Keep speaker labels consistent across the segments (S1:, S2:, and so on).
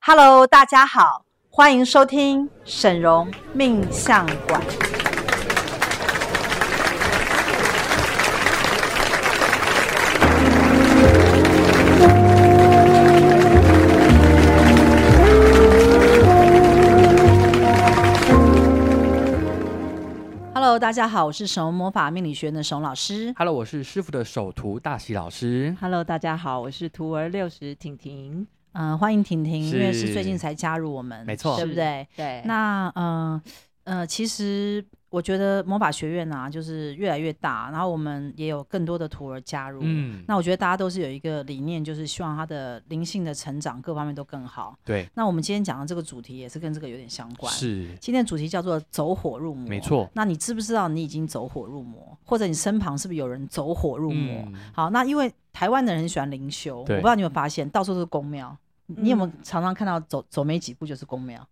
S1: Hello，大家好，欢迎收听沈荣命相馆。Hello，大家好，我是沈荣魔法命理学院的沈荣老师。
S2: Hello，我是师傅的首徒大喜老师。
S3: Hello，大家好，我是徒儿六十婷婷。
S1: 嗯、欢迎婷婷，因为是
S2: 是
S1: 最近才加入我们，
S2: 没错
S1: 对不
S3: 是
S1: 对？
S3: 对那
S1: 那呃呃，其实我觉得魔法学院啊，就是越来越大，然后我们也有更多的徒儿加入。
S2: 嗯，
S1: 那我觉得大家都是有一个理念，就是希望他的灵性的成长各方面都更好。
S2: 对，
S1: 那我们今天讲的这个主题也是跟这个有点相关。
S2: 是
S1: 今天的主题叫做“走火入魔”，
S2: 没错。
S1: 那你知不知道你已经走火入魔，或者你身旁是不是有人走火入魔？
S2: 嗯
S1: 好，那因为台湾的人很喜欢灵修，我不
S2: 对
S1: 知道你有没有发现，到处都是宫庙。你有没有
S3: 嗯
S1: 常常看到走走没几步就是宫庙？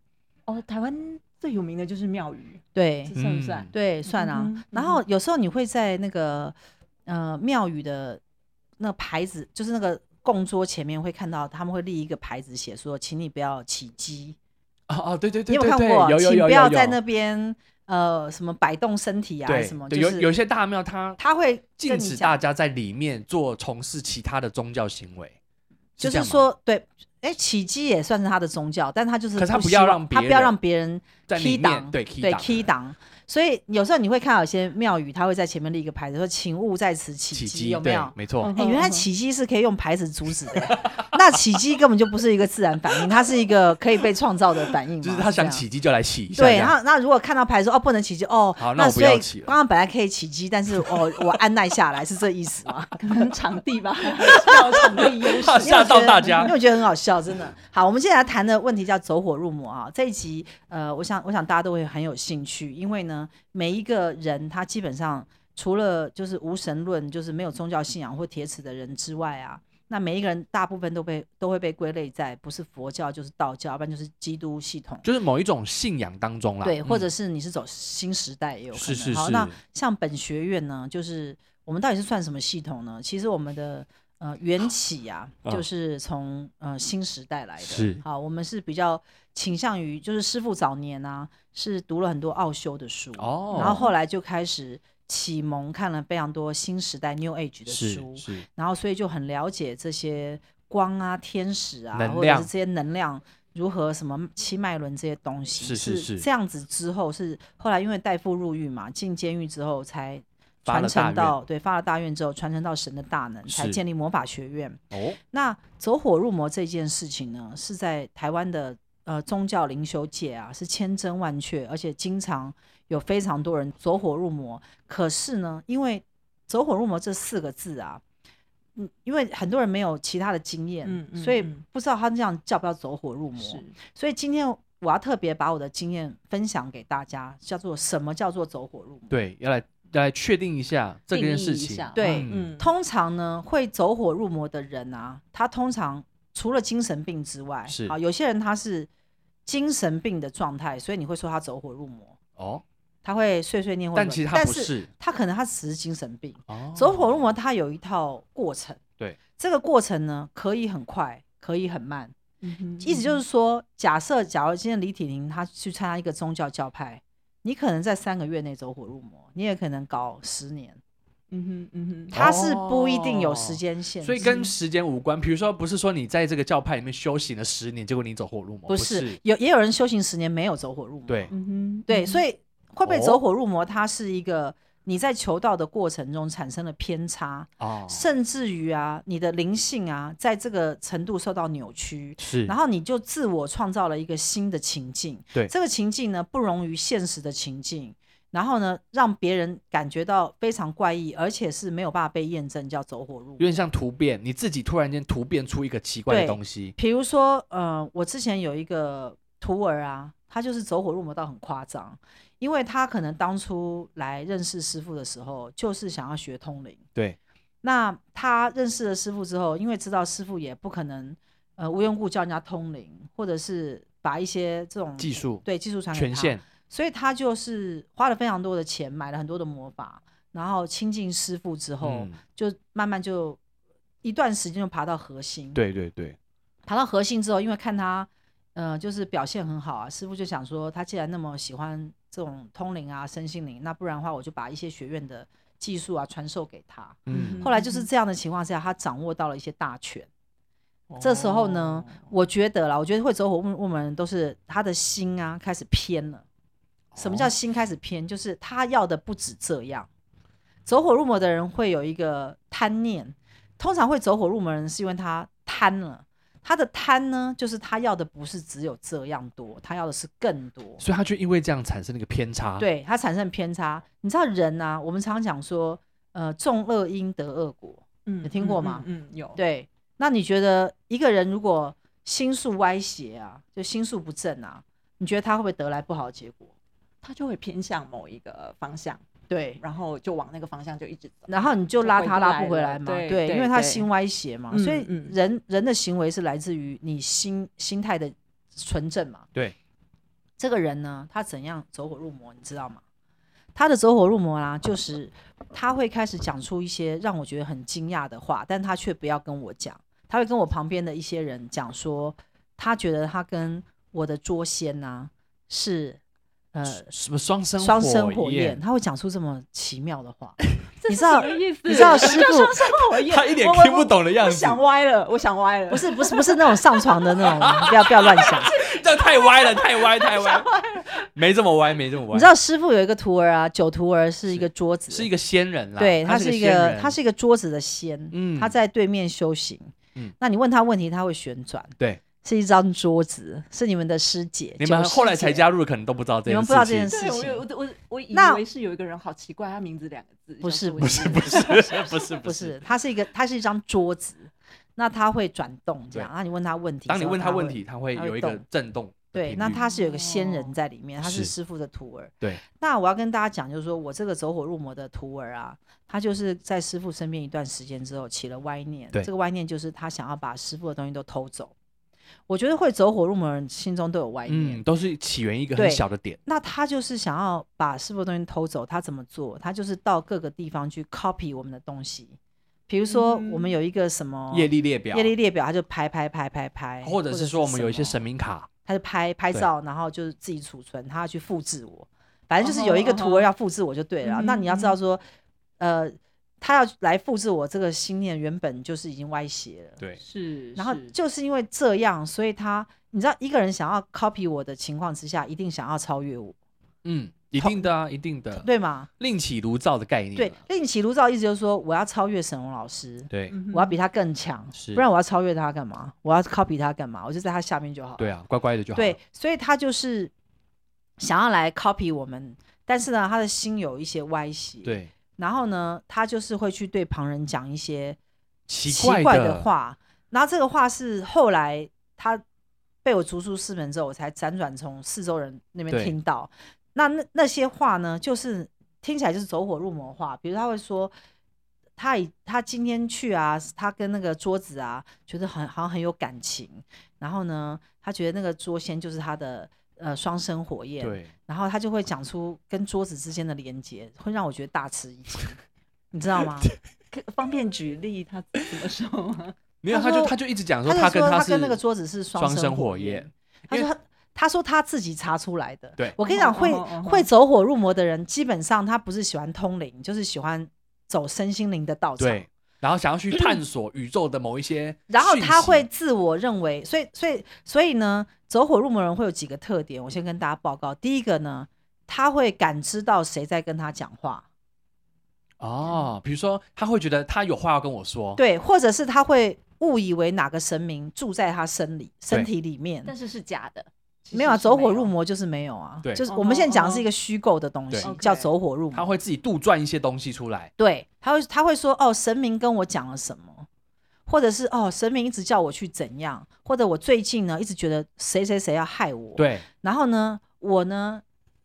S3: 哦，台湾最有名的就是庙宇，
S1: 对，
S3: 这算不算
S2: 嗯？
S1: 对，算啊。
S3: 嗯哼
S1: 然
S3: 嗯
S1: 后
S3: 哼
S1: 有时候你会在那个呃庙宇的那个牌子，就是那个供桌前面会看到他们会立一个牌子，写说，请你不要起鸡。
S2: 哦哦，对对
S1: 你
S2: 对
S1: 有
S2: 对
S1: 没有看
S2: 对，
S1: 过？
S2: 有有
S1: 请
S2: 有
S1: 不要
S2: 有
S1: 在那边呃什么摆动身体啊，
S2: 对
S1: 什么
S2: 对
S1: 就
S2: 有有一
S1: 是
S2: 些大庙它
S1: 他会
S2: 禁
S1: 跟
S2: 止
S1: 你
S2: 大
S1: 讲，
S2: 家在里面做从事其他的宗教行为，
S1: 就
S2: 这
S1: 是
S2: 样吗，
S1: 说对。哎，起鸡也算是他的宗教，但他就是
S2: 可是他不
S1: 希
S2: 要
S1: 望
S2: 让
S1: 他
S2: 别
S1: 不要
S2: 人
S1: 让别人
S2: 在里
S1: key 档
S2: 面对 key
S1: 对
S2: 档
S1: key 档，所以有时候你会看到有些庙宇，他会在前面立一个牌子说“请勿在此起
S2: 起
S1: 鸡”，
S2: 机
S1: 有没
S2: 对
S1: 有？
S2: 没错
S3: 嗯，
S1: 哎、原来起鸡是可以用牌子阻止的 欸，那起鸡根本就不是一个自然反应，它是一个可以被创造的反应嘛。
S2: 就是他
S1: 这
S2: 想
S1: 样
S2: 起机就来起一下这
S1: 对，
S2: 样，
S1: 然后那如果看到牌说哦不能起鸡哦，
S2: 好那
S1: 那
S2: 我不
S1: 所以
S2: 要起了
S1: 刚刚本来可以起鸡，但是我我按耐下来是这意思吗？
S3: 啊可能场地吧， 要有场 地优
S2: 怕
S3: 势。
S2: 吓到大
S1: 因
S2: 家
S1: 为。我觉得 很好笑，真的。好，我们接下来谈的问题叫走火入魔啊。这一集呃，我想我想大家都会很有兴趣，因为呢，每一个人他基本上除了就是无神论，就是没有宗教信仰或铁齿的人之外啊。那每一个人大部分都被都会被归类在不是佛教就是道教，要不然就是基督系统，
S2: 就是某一种信仰当中啦，
S1: 对，或者
S2: 嗯
S1: 是你是走新时代也有可能。
S2: 是是
S1: 好，
S2: 是，
S1: 那像本学院呢，就是我们到底是算什么系统呢？其实我们的呃缘起啊，
S2: 啊
S1: 就是从呃新时代来的。
S2: 是
S1: 好，我们是比较倾向于，就是师傅早年啊，是读了很多奥修的书，
S2: 哦，
S1: 然后后来就开始启蒙，看了非常多新时代 New Age 的
S2: 是
S1: 书，
S2: 是
S1: 然后所以就很了解这些光啊、天使啊，
S2: 能
S1: 或者
S2: 量
S1: 是这些能量如何什么七脉轮这些东西，
S2: 是是是
S1: 这样子之后是后来因为代父入狱嘛，进监狱之后才
S2: 发
S1: 传
S2: 了大
S1: 承
S2: 愿
S1: 到对发了大愿之后传承到神的大能，才
S2: 是
S1: 建立魔法学院。
S2: 哦，
S1: 那走火入魔这件事情呢，是在台湾的呃宗教灵修界啊，是千真万确，而且经常有非常多人走火入魔。可是呢，因为走火入魔这四个字啊，嗯，因为很多人没有其他的经验，
S3: 嗯嗯
S1: 所以
S3: 嗯
S1: 不知道他这样叫不叫走火入魔。
S3: 是
S1: 所以今天我要特别把我的经验分享给大家，叫做什么叫做走火入魔？
S2: 对，要来要来确定一下这
S3: 定
S2: 件
S3: 义
S2: 事
S3: 一
S2: 情
S3: 下，
S1: 对
S2: 嗯
S1: 通常呢，会走火入魔的人啊，他通常除了精神病之外，
S2: 是
S1: 啊，有些人他是精神病的状态，所以你会说他走火入魔，
S2: 哦，
S1: 他会碎碎念或
S2: 但其实他不是
S1: 他可能他只是精神病。
S2: 哦，
S1: 走火入魔，它有一套过程，
S2: 对，
S1: 这个过程呢，可以很快，可以很慢，
S3: 嗯
S1: 意思就是说，假设假如今天李体玲她去参加一个宗教教派，你可能在三个月内走火入魔，你也可能搞十年，
S3: 嗯哼嗯哼，
S1: 它是不一定有时间限制。
S2: 所以跟时间无关。比如说，不是说你在这个教派里面修行了十年，结果你走火入魔，
S1: 不是有也有人修行十年没有走火入魔，
S2: 哦对，
S3: 嗯哼，
S1: 对，所
S3: 以
S1: 以会不会
S2: 哦
S1: 走火入魔，它是一个你在求道的过程中产生了偏差，
S2: 哦，
S1: 甚至于啊，你的灵性啊，在这个程度受到扭曲，
S2: 是，
S1: 然后你就自我创造了一个新的情境，
S2: 对
S1: 这个情境呢不容于现实的情境，然后呢让别人感觉到非常怪异，而且是没有办法被验证，叫走火入
S2: 有
S1: 魔。
S2: 点像突变，你自己突然间突变出一个奇怪
S1: 对
S2: 的东西，
S1: 比如说，呃，我之前有一个徒儿啊，他就是走火入魔到很夸张，因为他可能当初来认识师傅的时候，就是想要学通灵。
S2: 对，
S1: 那他认识了师傅之后，因为知道师傅也不可能，呃，无缘无故叫人家通灵，或者是把一些这种
S2: 技术
S1: 对技术传给
S2: 权
S1: 他，
S2: 限
S1: 所以他就是花了非常多的钱，买了很多的魔法，然后亲近师傅之后，
S2: 嗯，
S1: 就慢慢就一段时间就爬到核心。
S2: 对对对，
S1: 爬到核心之后，因为看他呃，就是表现很好啊。师傅就想说，他既然那么喜欢这种通灵啊、身心灵，那不然的话，我就把一些学院的技术啊传授给他。
S2: 嗯，
S1: 后来就是
S3: 嗯
S1: 这样的情况下，他掌握到了一些大权。这时候呢，
S3: 哦
S1: 我觉得啦，我觉得会走火入魔的人都是他的心啊开始偏了。什
S3: 哦
S1: 么叫心开始偏？就是他要的不止这样。走火入魔的人会有一个贪念，通常会走火入魔的人是因为他贪了。他的贪呢，就是他要的不是只有这样多，他要的是更多。
S2: 所以他就因为这样产生了一个偏
S3: 啊
S2: 差。，
S1: 对它产生偏差。你知道人啊，我们常讲说，呃，种恶因得恶果。
S3: 嗯
S1: 有听过吗
S3: 嗯，嗯有。，
S1: 对，那你觉得一个人如果心术歪斜啊，就心术不正啊，你觉得他会不会得来不好的结果？
S3: 他就会偏向某一个方向，
S1: 对，
S3: 然后就往那个方向就一直走。
S1: 然后你就
S3: 就
S1: 拉
S3: 回
S1: 他
S3: 不
S1: 拉
S3: 来
S1: 不回
S3: 了
S1: 来嘛，
S3: 对
S1: 对，因
S3: 对
S1: 为他
S3: 对
S1: 心歪斜嘛，
S3: 嗯
S1: 所以
S3: 嗯
S1: 人人的行为是来自于你心心态的纯正嘛。
S2: 对，
S1: 这个人呢，他怎样走火入魔，你知道吗？他的走火入魔啊，就是他会开始讲出一些让我觉得很惊讶的话，但他却不要跟我讲，他会跟我旁边的一些人讲说，他觉得他跟我的捉仙呐、是呃
S2: 什么双生
S1: 双生火
S2: 火
S1: 焰，
S2: 焰？
S1: 他会讲出这么奇妙的话，
S3: 这
S1: 你
S3: 是
S1: 知道
S3: 什么意思？
S1: 你知道师傅。
S3: 我也
S2: 他一点
S3: 我我
S2: 听不懂的样
S3: 我
S2: 子，
S3: 想歪了，我想歪了，
S1: 不是不是不是那种上床的那种，不要不要乱 想。
S2: 这样太歪了，太歪，太歪，没这么歪，没这么歪。
S1: 你知道师傅有一个徒儿啊，九徒儿是一个桌子，
S2: 是一个仙人啦，
S1: 对，
S2: 他
S1: 是一
S2: 仙人
S1: 他是一个桌子的仙，
S2: 嗯
S1: 他在对面修行。
S2: 嗯
S1: 那你问他问题，他会旋转，
S2: 对，
S1: 是一张桌子，是你们的师姐，
S2: 你们
S1: 九师
S2: 后来才
S1: 姐
S2: 加入，可能都不知道这
S1: 你
S2: 件
S1: 们不
S2: 事情。
S1: 知道这件事
S3: 对，我
S1: 情
S3: 有我我我以
S1: 那
S3: 为是有一个人好奇怪，他名字两个字，
S1: 不是
S3: 不 是
S2: 不是不是不是
S1: 不是，它是一个，它是一张桌子，那它会转动这样。那你问他问题之后，
S2: 当你问他
S1: 会
S2: 问题，他会
S1: 他会
S2: 有一个
S1: 动
S2: 震动的频率。
S1: 对，那他是有一个仙人在里面，他是
S2: 是
S1: 师傅的徒儿。
S2: 对，
S1: 那我要跟大家讲，就是说我这个走火入魔的徒儿啊，他就是在师傅身边一段时间之后起了歪念，
S2: 对
S1: 这个歪念就是他想要把师傅的东西都偷走。我觉得会走火入魔的人心中都有歪念，
S2: 嗯，都是起源一个很
S1: 对
S2: 小的点，
S1: 那他就是想要把师傅的东西偷走，他怎么做？他就是到各个地方去 copy 我们的东西，比如说我们
S3: 嗯
S1: 有一个什么
S2: 业力列表，
S1: 哦业力列表，他就拍拍拍拍拍，
S2: 或者是说我们有一些
S1: 什么
S2: 神明卡，
S1: 他就拍拍
S2: 对
S1: 照，然后就是自己储存，他要去复制我。反正就是有一个
S3: 哦
S1: 图
S3: 哦哦
S1: 儿要复制我就对了。啊
S3: 嗯
S1: 那你要知道说，呃，他要来复制我这个心念，原本就是已经歪斜了。
S2: 对，
S3: 是，
S1: 然后
S3: 是
S1: 就是因为这样，所以他你知道，一个人想要 copy 我的情况之下，一定想要超越我，
S2: 嗯，一定的啊，一定的，
S1: 对吗？
S2: 另起炉灶的概念啊，
S1: 对，另起炉灶意思就是说，我要超越沈龙老师，
S2: 对
S3: 嗯哼
S1: 我要比他更强，
S2: 是
S1: 不然我要超越他干嘛？我要 copy 他干嘛？我就在他下面就好了。
S2: 对啊，乖乖的就好。
S1: 对，，所以他就是想要来 copy 我们，但是呢，他的心有一些歪斜。，
S2: 对，
S1: 然后呢，他就是会去对旁人讲一些
S2: 奇
S1: 奇怪
S2: 的，
S1: 话，然后这个话是后来他被我逐出师门之后，我才辗转从四周人那边
S2: 对
S1: 听到。那那那些话呢，就是听起来就是走火入魔话，比如他会说。他以他今天去啊，他跟那个桌子啊，觉得很好像很有感情。然后呢，他觉得那个桌仙就是他的呃双生火焰。
S2: 对，
S1: 然后他就会讲出跟桌子之间的连接，会让我觉得大吃一惊，你知道吗？
S3: 可方便举例他怎么说吗？
S2: 没有，
S1: 他
S2: 他就
S1: 说
S2: 他就一直讲
S1: 他就
S2: 他跟
S1: 说他
S2: 是
S1: 跟那个桌子是
S2: 双
S1: 生
S2: 生火
S1: 焰
S2: 焰，，
S1: 他
S2: 因
S1: 说
S2: 为
S1: 他他说他自己查出来的。
S2: 对
S1: 我跟你讲，
S3: 哦
S1: 会
S3: 哦哦
S1: 会走火入魔的人，基本上他不是喜欢通灵，就是喜欢走身心灵的道场。
S2: 对，然后想要去探索宇宙的某一些讯息，
S1: 然后他会自我认为，所以所以所以呢，走火入魔人会有几个特点，我先跟大家报告。第一个呢，他会感知到谁在跟他讲话，
S2: 哦，比如说他会觉得他有话要跟我说，
S1: 对，或者是他会误以为哪个神明住在他身里身体里面，
S3: 但是是假的，其
S1: 没有啊，
S3: 实是
S1: 走火入。魔就是没有啊，
S2: 对
S1: 就是
S3: 哦
S1: 我们现在讲的
S3: 哦
S1: 是一个虚构的东西，
S2: 对
S1: 叫
S3: OK
S1: 走火入魔。
S2: 他会自己杜撰一些东西出来，
S1: 对，他会他会说哦，神明跟我讲了什么，或者是哦，神明一直叫我去怎样，或者我最近呢一直觉得谁谁谁要害我，，
S2: 对，
S1: 然后呢，我呢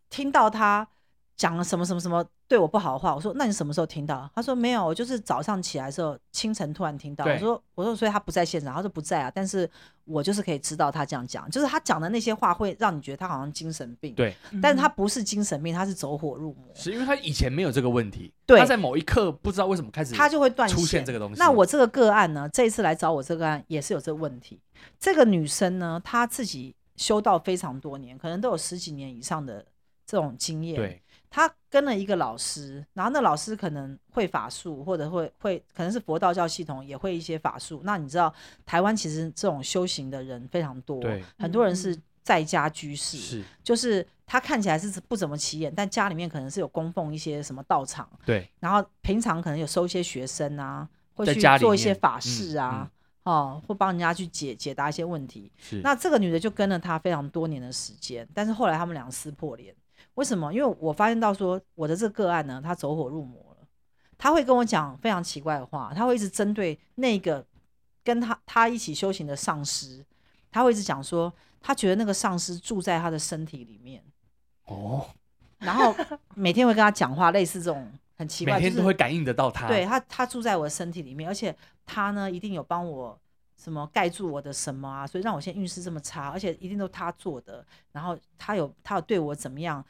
S1: 听到他讲了什么什么什么对我不好的话，我说那你什么时候听到？他说没有，我就是早上起来的时候清晨突然听到。
S2: 对
S1: 我说我说所以他不在现场，他说不在啊，但是我就是可以知道他这样讲，就是他讲的那些话会让你觉得他好像精神病，
S2: 对，
S3: 嗯
S1: 但是他不是精神病，他是走火入魔，
S2: 是因为他以前没有这个问题，
S1: 对
S2: 他在某一刻不知道为什么开始
S1: 他就会断
S2: 出现
S1: 线
S2: 这。个东西。
S1: 那我这个个案呢，这一次来找我这个案也是有这个问题。这个女生呢，她自己修道非常多年，可能都有十几年以上的这种经验。
S2: 对，
S1: 他跟了一个老师，然后那老师可能会法术，或者会会可能是佛道教系统也会一些法术。那你知道台湾其实这种修行的人非常多
S2: 对，
S1: 很多人是
S3: 嗯
S1: 在家居士，
S2: 是，
S1: 就是他看起来是不怎么起眼，但家里面可能是有供奉一些什么道场，
S2: 对，
S1: 然后平常可能有收一些学生啊，会
S2: 在
S1: 去
S2: 家里
S1: 做一些
S2: 面
S1: 法
S2: 嗯
S1: 事啊，哦，会帮人家去解解答一些问题。
S2: 是，
S1: 那这个女的就跟了他非常多年的时间，但是后来他们俩撕破脸，为什么？因为我发现到说我的这个个案呢，他走火入魔了，他会跟我讲非常奇怪的话，他会一直针对那个跟他他一起修行的上师，他会一直讲说，他觉得那个上师住在他的身体里面，
S2: 哦，
S1: 然后每天会跟他讲话，类似这种很奇怪，
S2: 每天
S1: 就是
S2: 都会感应得到他，
S1: 对，他，他住在我的身体里面，而且他呢一定有帮我什么盖住我的什么啊，所以让我现在运势这么差，而且一定都他做的。然后他有他有对我怎么样，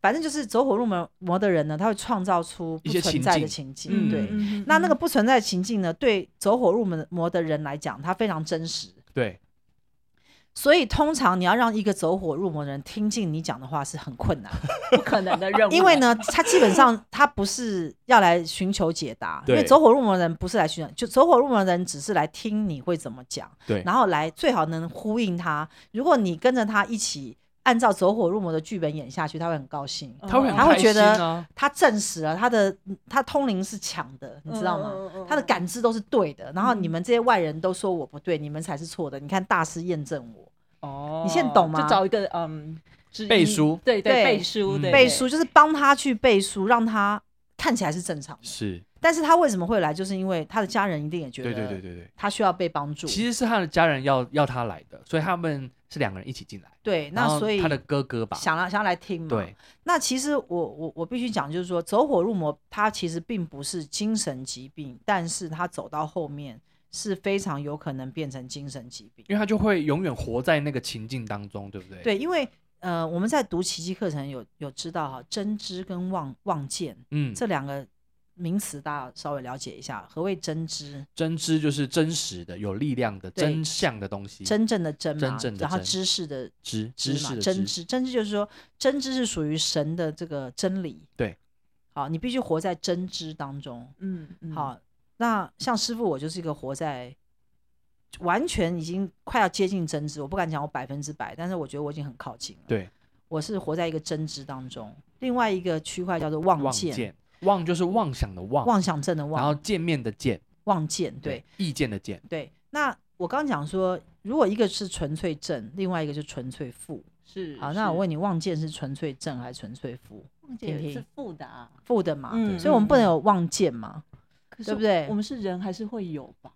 S1: 反正就是走火入魔魔的人呢，他会创造出不
S2: 一些
S1: 存
S2: 情
S1: 在的情
S2: 境
S1: 境。
S2: 嗯
S1: 对，
S3: 嗯
S1: 那那个不存在的情境呢，对走火入魔魔的人来讲，他非常真实。
S2: 对，
S1: 所以通常你要让一个走火入魔的人听进你讲的话是很困难的。
S3: 不可能的任 务，
S1: 因为，呢，他基本上他不是要来寻求解答，因为
S2: 对
S1: 走火入魔的人不是来寻求，就走火入魔的人只是来听你会怎么讲，
S2: 对
S1: 然后来最好能呼应他。如果你跟着他一起按照走火入魔的剧本演下去，他会很高兴，
S3: 嗯
S2: 他会很
S1: 他会
S2: 开
S1: 觉得
S2: 心啊
S1: 他证实了他的他通灵是强的，你知道吗？
S3: 嗯嗯嗯嗯
S1: 他的感知都是对的，然后
S3: 嗯
S1: 你们这些外人都说我不对，你们才是错的。你看大师验证我，
S3: 哦
S1: 你现在懂吗
S3: 就找一个嗯知
S2: 背书
S3: 对
S1: 对
S3: 对背书，
S2: 嗯
S3: 对
S1: 背书，就是帮他去背书，让他看起来是正常的。
S2: 是，
S1: 但是他为什么会来，就是因为他的家人一定也觉
S2: 对对
S1: 得
S2: 对对对，
S1: 他需要被帮助。
S2: 其实是他的家人要要他来的，所以他们是两个人一起进来，
S1: 对，
S2: 然
S1: 那
S2: 后
S1: 所以
S2: 他的哥哥吧，
S1: 想要想要来听嘛。
S2: 对，
S1: 那其实我我我必须讲，就是说走火入魔，它其实并不是精神疾病，但是他走到后面是非常有可能变成精神疾病。
S2: 因为他就会永远活在那个情境当中，对不对？，
S1: 对，因为呃我们在读奇迹课程有有知道哈，真知跟望望见
S2: 嗯，
S1: 这两个名词，大家稍微了解一下，何谓真知？
S2: 真知就是真实的、有力量的、
S1: 对
S2: 真相的东西，
S1: 真正的真嘛，
S2: 真正的
S1: 然后
S2: 真
S1: 知识的
S2: 知知
S1: 嘛
S2: 识的
S1: 真
S2: 知，
S1: 知，真知就是说，真知是属于神的这个真理。
S2: 对，
S1: 好，你必须活在真知当中。
S3: 嗯嗯
S1: 好，那像师傅，我就是一个活在完全已经快要接近真知，我不敢讲我百分之百，但是我觉得我已经很靠近了。
S2: 对，
S1: 我是活在一个真知当中。另外一个区块叫做望
S2: 望
S1: 见，
S2: 见望就是妄想的妄，
S1: 妄想症的
S2: 然后
S1: 妄，
S2: 见面的见，
S1: 望见，对，
S2: 意见的见，
S1: 对。那我刚讲说，如果一个是纯粹正，另外一个就纯粹负。
S3: 是
S1: 好，那我
S3: 是
S1: 问你，望见是纯粹正还是纯粹负？
S3: 凤
S1: 婷
S3: 姐
S1: 婷
S3: 是负的啊，
S1: 负的嘛，
S3: 嗯
S1: 所以我们不能有望见嘛，
S3: 可是
S1: 对不对
S3: 我们是人还是会有吧？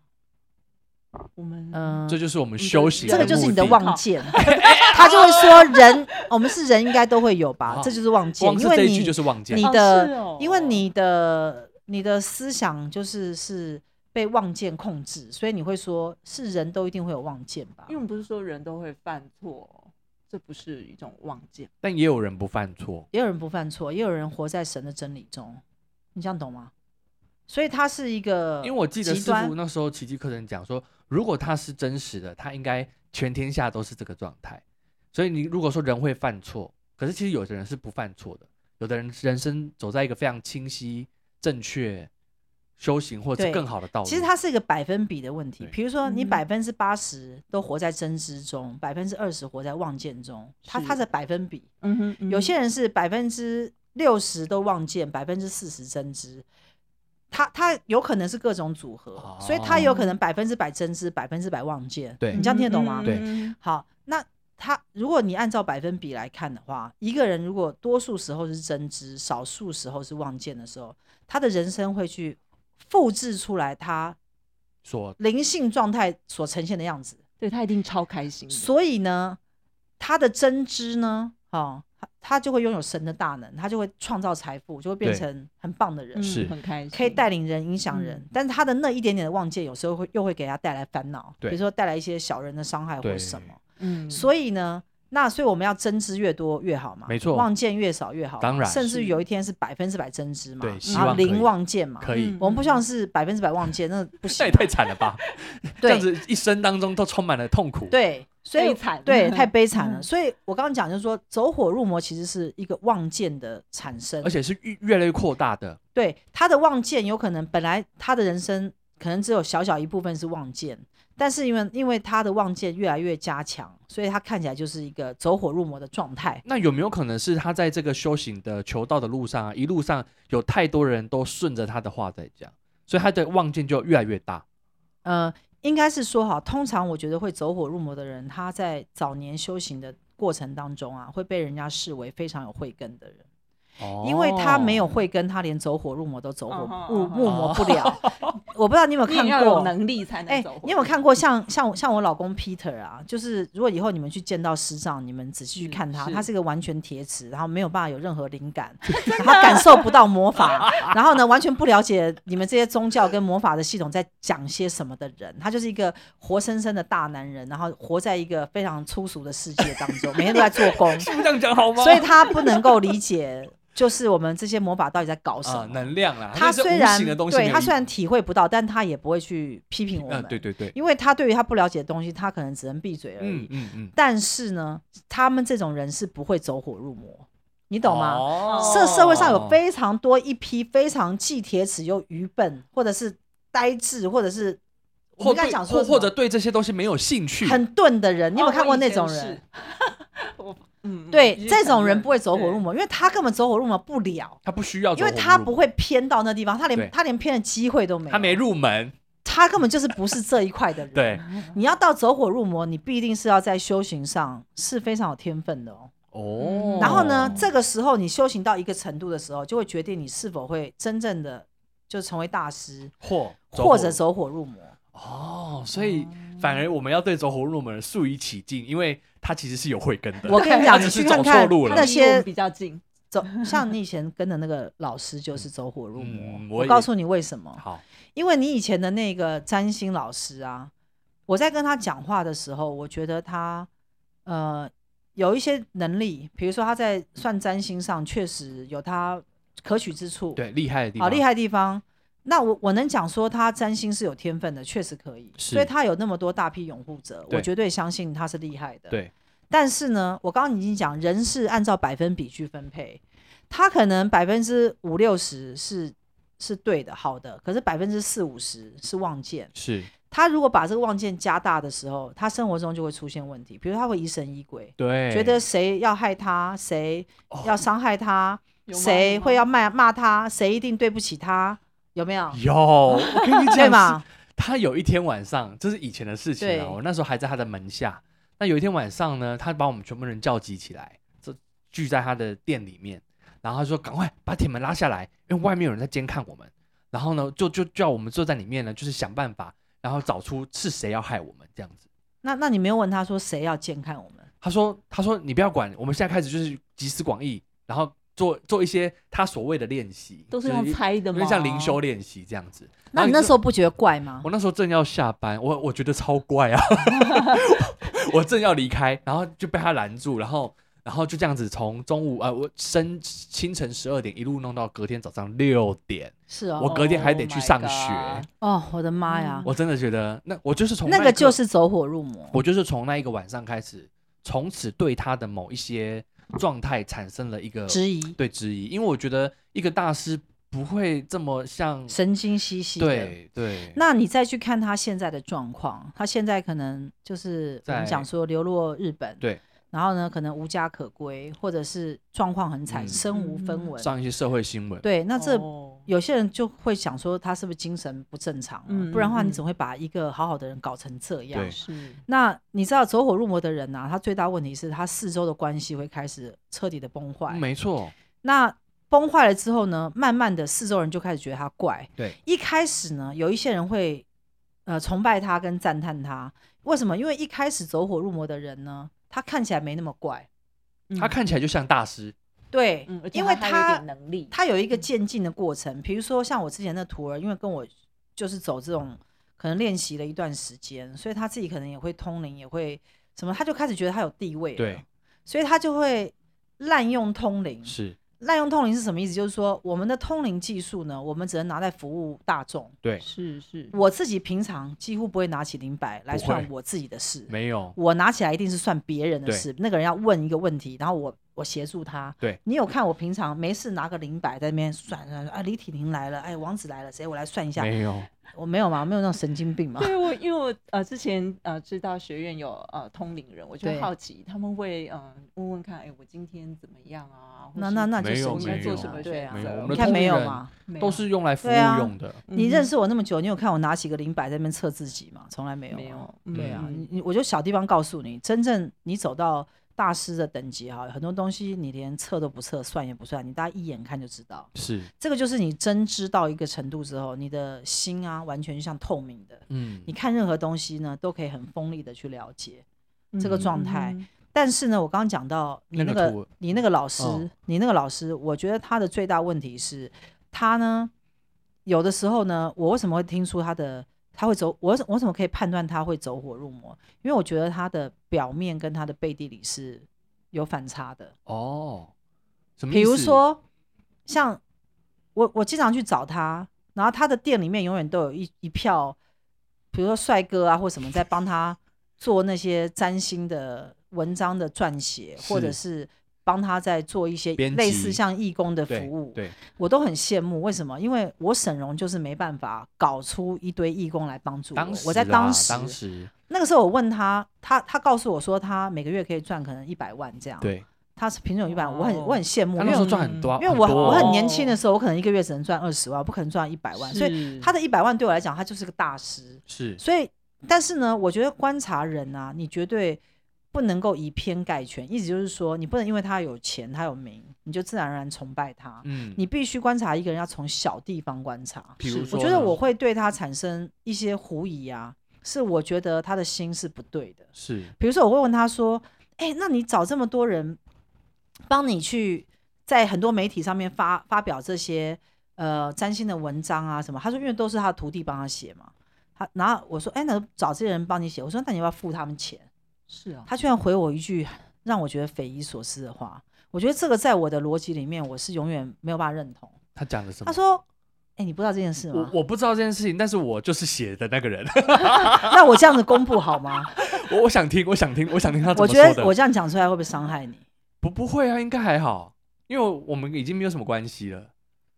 S3: 我们
S1: 嗯，
S2: 这就是我们
S3: 嗯
S2: 修行
S1: 这个
S2: 的目的。
S1: 就是你的望见， 他就会 说人，我们是人应该都会有吧
S2: 好，
S1: 这就是望见，
S2: 光是
S1: 因
S2: 这
S1: 为
S2: 一句就
S1: 你
S2: 是望见
S1: 你，
S3: 哦是
S1: 的
S3: 哦，
S1: 因为你的你的思想就是是被望见控制，所以你会说是人都一定会有望见吧
S3: 因为，我们不是说人都会犯错，这不是一种妄见，
S2: 但也有人不犯错，
S1: 也有人不犯错，也有人活在神的真理中，你这样懂吗？所以他是一个，
S2: 因为我记得
S1: 嗯极
S2: 师
S1: 端
S2: 傅那时候奇迹课程讲说，如果他是真实的，他应该全天下都是这个状态。所以你如果说人会犯错，可是其实有的人是不犯错的，有的人人生走在一个非常清晰、正确、修行或者
S1: 对
S2: 是更好的道路。
S1: 其实它是一个百分比的问题。
S2: 对
S1: 比如说，你
S3: 嗯
S1: 百分之八十都活在真知中，百分之二十活在望见中，它
S3: 是
S1: 它的百分比。
S3: 嗯哼，嗯
S1: 有些人是百分之六十都望见，百分之四十真知。它它有可能是各种组合，
S2: 哦
S1: 所以它有可能百分之百真知，百分之百望见。
S2: 对
S1: 你这样听得懂吗？
S2: 对
S3: 嗯
S1: 好，那他如果你按照百分比来看的话，一个人如果多数时候是真知，少数时候是望见的时候，他的人生会去复制出来他
S2: 说
S1: 灵性状态所呈现的样子。
S3: 对他一定超开
S2: 嗯
S3: 心的，
S1: 所以呢，他的真知呢，哦，他他就会拥有神的大能，他就会创造财富，就会变
S2: 对
S1: 成很棒的人
S3: 嗯，
S2: 是
S3: 很开心，
S1: 可以带领人、影响人。
S3: 嗯
S1: 但是他的那一点点的望见，有时候会又会给他带来烦恼，比
S2: 对
S1: 如说带来一些小人的伤害或
S2: 对
S1: 什么。
S3: 嗯，
S1: 所以呢，那所以我们要增知越多越好嘛，
S2: 没错
S1: 望见越少越好嘛，
S2: 当然
S1: 甚至
S3: 是
S1: 有一天是百分之百增知嘛，
S2: 对希
S1: 然后
S2: 望可以
S1: 零望见嘛，
S2: 可以
S3: 嗯，
S1: 我们不希望是百分之百望见，那不
S2: 那
S1: 行
S2: 也
S1: 嘛，
S2: 太惨了吧！这样
S1: 对
S2: 子一生当中都充满了痛苦。，
S1: 对，所以
S3: 悲惨
S1: 对 太悲惨了。
S3: 嗯
S1: 所以我刚刚讲就是说，走火入魔其实是一个望见的产生
S2: 而，且是越越来越扩大的。
S1: 对他的望见有可能本来他的人生可能只有小小一部分是望见，但是因为因为他的望见越来越加强，所以他看起来就是一个走火入魔的状态。
S2: 那有没有可能是他在这个修行的求道的路上啊，一路上有太多人都顺着他的话在讲，所以他的望见就越来越大。
S1: 呃，应该是说哈，通常我觉得会走火入魔的人，他在早年修行的过程当中啊，会被人家视为非常有慧根的人，
S2: 哦
S1: 因为他没有慧根，他连走火入魔都走
S3: 嗯
S1: 火
S3: 哼
S1: 入
S3: 嗯哼
S1: 入魔不了。 我不知道你有没有
S3: 哦你也
S1: 看
S3: 要有
S1: 过。
S3: 能力才能
S1: 哎、
S3: 走。
S1: 你有没有看？过像像我像我老公 Peter 啊？就是如果以后你们去见到师长，你们仔细去
S3: 嗯
S1: 看他，
S3: 是
S1: 他是一个完全铁齿，然后没有办法有任何灵 感，然后感受不到魔法，然后呢完全不了解你们这些宗教跟魔法的系统在讲些什么的人，他就是一个活生生的大男人，然后活在一个非常粗俗的世界当中，每天都在做工，
S2: 是不是这样讲好 吗？
S1: 所以他不能够理 解，就是我们这些魔法到底在搞什
S2: 啊、
S1: 么。
S2: 能量啦，
S1: 他
S2: 那是
S1: 虽
S2: 无
S1: 然
S2: 形的东西没
S1: 对
S2: 有意义，
S1: 他虽然体会不到，但他也不会去批评我
S2: 嗯、
S1: 们。
S2: 对对对，
S1: 因为他对于他不了解的东西，他可能只能闭嘴而已。
S2: 嗯嗯嗯，
S1: 但是呢，他们这种人是不会走火入魔，你懂吗？
S2: 哦
S1: 社、社会上有非常多一批非常既铁齿又愚笨，或者是呆滞，或者是我
S2: 或
S1: 们刚
S2: 对
S1: 才讲
S2: 或
S1: 说
S2: 或者对这些东西没有兴趣，
S1: 很钝的人，你有没有
S3: 哦
S1: 看过
S3: 我以
S1: 那
S3: 前
S1: 种
S3: 是
S1: 人？
S3: 我嗯，嗯
S1: 对
S3: 必，须
S1: 这种
S3: 承
S1: 人
S3: 认
S1: 不会走火
S3: 对
S1: 入魔，因为他根本走火入魔不了。
S2: 他不需要走
S1: 因为
S2: 火入魔，
S1: 他不会偏到那地方，他
S2: 对
S1: 连他连偏的机会都没有，
S2: 他没入门，
S1: 他根本就是不是这一块的人。
S2: 对，
S1: 你要到走火入魔，你必定是要在修行上是非常有天分的哦。
S2: 哦
S1: 然后呢，这个时候你修行到一个程度的时候，就会决定你是否会真正的就成为大师，
S2: 或
S1: 或者
S2: 走
S1: 走火入魔。
S2: 火哦，所以反而我们要对走火入魔的肃以起敬，因为他其实是有慧根的。
S1: 我跟你
S2: 他
S1: 讲，
S2: 只
S1: 你
S2: 是
S1: 去
S2: 走
S1: 看
S2: 错
S1: 看
S2: 路了
S1: 那
S3: 离 我们
S1: 些
S3: 比较近，
S1: 走，像你以前跟的那个老师就是走火入魔。
S2: 嗯我
S1: 我
S2: 也
S1: 告诉你为什么，
S2: 好，
S1: 因为你以前的那个占星老师啊，我在跟他讲话的时候，我觉得他呃有一些能力，比如说他在算占星上确实有他可取之处，，
S2: 对，厉害的地
S1: 好
S2: 方，
S1: 厉害的地方。那我我能讲说他占星是有天分的，确实可以，
S2: 是
S1: 所以他有那么多大批拥护者，
S2: 对
S1: 我绝对相信他是厉害的。
S2: 对，
S1: 但是呢，我刚刚已经讲，人是按照百分比去分配，他可能百分之五六十是是对的、好的，可是百分之四五十是望见。
S2: 是，
S1: 他如果把这个望见加大的时候，他生活中就会出现问题，比如他会疑神疑鬼，
S2: 对，
S1: 觉得谁要害他，谁
S2: 哦
S1: 要伤害他，
S3: 有吗
S1: 谁
S3: 有吗
S1: 会要骂骂他，谁一定对不起他，有没有？
S2: 有，我跟你
S1: 对
S2: 讲，
S1: 嘛？
S2: 他有一天晚上，这是以前的事情
S1: 对
S2: 了。我那时候还在他的门下。那有一天晚上呢，他把我们全部人叫集起来，这聚在他的店里面，然后他说：“赶快把铁门拉下来，因为外面有人在监看我们。”然后呢，就就叫我们坐在里面呢，就是想办法，然后找出是谁要害我们这样子。
S1: 那那你没有问他说谁要监看我们？
S2: 他说：“他说你不要管，我们现在开始就是集思广益，然后做做一些他所谓的练习，
S3: 都是
S2: 就
S3: 用猜的
S2: 因
S3: 吗？
S2: 为像灵修练习这样子。”
S1: 那你
S2: 然
S1: 那
S2: 后就
S1: 时候不觉得怪吗？
S2: 我那时候正要下班，我我觉得超怪 啊，我正要离开，然后就被他拦住，然后然后就这样子从中午呃我深清晨十二点一路弄到隔天早上六点，
S1: 是哦，
S2: 我嗯隔天还得去上
S3: Oh
S2: 学
S3: my god，
S1: 哦，我的妈呀！
S2: 我真的觉得那我就是从
S1: 那
S2: 一
S1: 个就是走火入魔。
S2: 我就是从那一个晚上开始，从此对他的某一些状态产生了一个
S1: 质疑，
S2: 对质疑，因为我觉得一个大师不会这么像
S1: 神经兮兮的。，
S2: 对对
S1: 那你再去看他现在的状况，他现在可能就是我
S2: 在
S1: 们讲说流落日本，
S2: 对，
S1: 然后呢可能无家可归，或者是状况很惨，
S2: 嗯
S1: 身无分文。
S2: 上一些社会新闻
S1: 对，那这
S3: 哦
S1: 有些人就会想说他是不是精神不正常啊、
S3: 嗯
S1: 不然的话
S3: 嗯
S1: 你
S3: 嗯
S1: 怎么会把一个好好的人搞成这样
S2: 对？
S3: 是
S1: 那你知道走火入魔的人啊，他最大问题是他四周的关系会开始彻底的崩坏。
S2: 没错，
S1: 那崩坏了之后呢，慢慢的四周人就开始觉得他怪。
S2: 对，
S1: 一开始呢，有一些人会呃崇拜他跟赞叹他，为什么？因为一开始走火入魔的人呢，他看起来没那么怪，嗯
S2: 他，看起来就像大师。
S1: 对，
S3: 嗯嗯嗯而且
S1: 因为
S3: 他还有一
S1: 他
S3: 点嗯能力，
S1: 他有一个渐进的过程。比如说像我之前的徒儿，因为跟我就是走这种可能练习了一段时间，所以他自己可能也会通灵，也会什么，他就开始觉得他有地位了
S2: 对。
S1: 所以他就会滥用通灵。
S2: 是
S1: 滥用通灵是什么意思？就是说我们的通灵技术呢，我们只能拿来服务大众。
S2: 对，
S3: 是是，
S1: 我自己平常几乎不会拿起灵摆来
S2: 不会
S1: 算我自己的事，
S2: 没有
S1: 我拿起来一定是算别人的
S2: 对
S1: 事。那个人要问一个问题，然后我我协助他。
S2: 对，
S1: 你有看我平常没事拿个灵摆在那边算算算，哎，李体婷来了，哎，王子来了，谁我来算一下？
S2: 没有，
S1: 我没有嘛，我没有那种神经病 嘛。
S3: 对我，因为我呃之前呃知道学院有呃通灵人，我就
S1: 对
S3: 好奇他们会嗯、呃问问看，哎，我今天怎么样啊？或
S1: 那
S3: 是
S1: 那那就
S2: 没有
S1: 神
S3: 应该
S1: 经
S2: 没有
S1: 病
S3: 做什么
S1: 啊，
S3: 选
S1: 对啊
S2: 没有我
S3: 择？
S2: 们
S1: 你
S2: 的
S1: 看
S2: 通
S1: 没
S2: 灵
S1: 有
S2: 人
S1: 嘛？
S3: 没有
S2: 都是用来服务
S1: 对啊
S2: 用的，
S1: 你认
S3: 嗯
S1: 识我那么久，你有看我拿起个灵摆在那边测自己吗？从来没有啊，
S3: 嗯没有？
S1: 对啊，
S3: 嗯
S1: 你你我就小地方告诉你，真正你走到大师的等级哈，很多东西你连测都不测，算也不算，你大家一眼看就知道。
S2: 是，
S1: 这个就是你真知到一个程度之后，你的心啊，完全像透明的，
S2: 嗯
S1: 你，看任何东西呢，都可以很锋利的去了解。这个
S3: 嗯
S1: 状态
S3: 嗯
S1: 但是呢，我刚刚讲到你
S2: 那
S1: 那
S2: 个
S1: 个嗯
S2: 图
S1: 你那个老师，
S2: 哦
S1: 你那个老师，我觉得他的最大问题是，他呢有的时候呢，我为什么会听出他的他会走，我我怎么可以判断他会走火入魔？因为我觉得他的表面跟他的背地里是有反差的。
S2: 哦，什么？
S1: 比如，说，像我我经常去找他，然后他的店里面永远都有一一票，比如说帅哥啊或什么在帮他做那些占星的文章的撰写，或者是帮他在做一些
S2: 编
S1: 类
S2: 辑
S1: 似像义工的服
S2: 对
S1: 务，
S2: 对，
S1: 我都很羡慕。为什么？因为我沈荣就是没办法搞出一堆义工来帮助我
S2: 当。时
S1: 我在
S2: 啦
S1: 当时
S2: 当时
S1: 那个时候，我问他，他他告诉我说，他每个月可以赚可能一百万这样。，
S2: 对，
S1: 他是平均有一百万，我很
S3: 哇哦
S1: 我很羡慕，
S2: 他
S1: 因为
S2: 那时候赚很多啊，
S1: 因为我
S2: 多
S1: 我
S2: 哦
S1: 很年轻的时候，我可能一个月只能赚二十万，我不可能赚一百万，所以
S3: 是
S1: 他的一百万对我来讲，他就是个大师。
S2: 是
S1: 所以，但是呢，我觉得观察人啊，你绝对不能够以偏概全，意思就是说，你不能因为他有钱，他有名，你就自然而然崇拜他。
S2: 嗯，
S1: 你必须观察一个人，要从小地方观察。
S2: 比如
S1: 我
S2: 说呢，
S1: 觉得我会对他产生一些狐疑啊，是我觉得他的心是不对的。
S2: 是
S1: 比如说，我会问他说：“哎、那你找这么多人帮你去在很多媒体上面发发表这些呃占星的文章啊什么？”他说：“因为都是他的徒弟帮他写嘛。”他然后我说：“哎、那找这些人帮你写，我说那你要不要付他们钱
S3: 是？”啊，
S1: 他居然回我一句让我觉得匪夷所思的话。我觉得这个在我的逻辑里面，我是永远没有办法认同。
S2: 他讲的什么？
S1: 他说：“哎、你不知道这件事
S2: 我
S1: 吗？
S2: 我不知道这件事情，但是我就是写的那个 人，
S1: 那我这样子公布好 吗？
S2: 我我想听，我想听，我想听他怎
S1: 我
S2: 么
S1: 觉
S2: 说的。
S1: 得我这样讲出来会不会伤害你？
S2: 不不会啊，应该还好，因为我们已经没有什么关系了。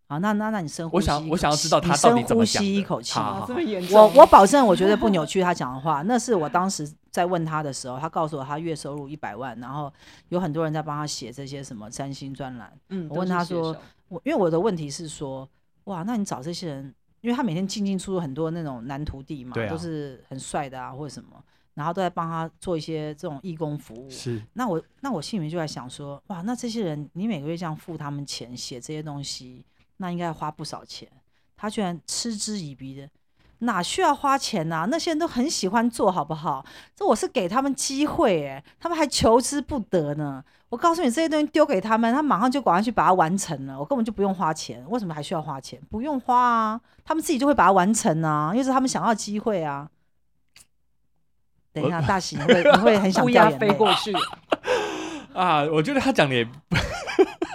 S1: 好，那那那你深呼
S2: 我
S1: 吸一口气，
S2: 想我想要知道
S1: 你
S2: 他到底
S1: 深
S2: 怎
S1: 呼
S2: 么讲
S1: 吸
S2: 的。
S1: 一口气。
S2: 好
S3: 啊这么严重，
S1: 我我保证，我绝对不扭曲他讲的话。那是我当时在问他的时候，他告诉我他月收入一百万，然后有很多人在帮他写这些什么占星专栏。
S3: 嗯
S1: 我问他说，
S3: 都是写手
S1: 我因为我的问题是说，哇，那你找这些人，因为他每天进进出出很多那种男徒弟嘛，
S2: 对啊
S1: 都是很帅的啊或者什么，然后都在帮他做一些这种义工服务。
S2: 是
S1: 那我那我心里面就在想说，哇，那这些人你每个月这样付他们钱写这些东西，那应该要花不少钱。他居然嗤之以鼻的，哪需要花钱呐、那些人都很喜欢做，好不好？这我是给他们机会、哎，他们还求之不得呢。我告诉你，这些东西丢给他们，他马上就赶快去把它完成了，我根本就不用花钱，为什么还需要花钱？不用花啊，他们自己就会把它完成啊，因为是他们想要的机会啊。等一下，大喜你会你会很想
S3: 呃 乌
S1: 掉
S3: 鸦
S1: 眼
S3: 飞
S1: 泪。
S3: 过去，
S2: 啊，我觉得他讲的也，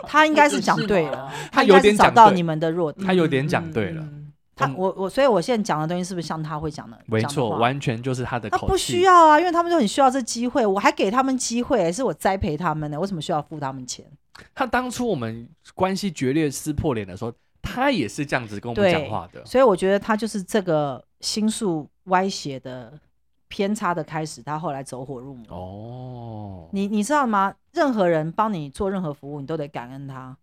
S1: 他 应该是
S3: 也
S1: 讲对
S3: 嘛
S1: 了，，
S2: 他
S1: 应该
S2: 有
S1: 是
S2: 点
S1: 找
S2: 讲
S1: 到
S2: 对
S1: 你们的弱点。
S2: 他有
S3: 嗯
S2: 点讲对了，
S3: 嗯
S1: 他
S2: 嗯
S1: 我我，所以我现在讲的东西是不是像他会讲的？
S2: 没
S1: 讲的
S2: 错，
S1: 话
S2: 完全就是他的
S1: 他
S2: 口气。
S1: 不需要啊，因为他们就很需要这机会，我还给他们机会，是我栽培他们的，为什么需要付他们钱？
S2: 他当初我们关系决裂、撕破脸的时候，他也是这样子跟我们讲话的。
S1: 所以我觉得他就是这个心术歪斜的偏差的开始，他后来走火入魔。
S2: 哦，
S1: 你你知道吗？任何人帮你做任何服务，你都得感恩他，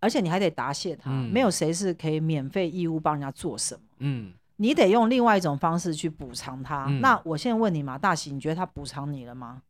S1: 而且你还得答谢他。
S2: 嗯
S1: 没有谁是可以免费义务帮人家做什么。
S2: 嗯，
S1: 你得用另外一种方式去补偿他。
S2: 嗯
S1: 那我现在问你嘛，大喜，你觉得他补偿你了吗？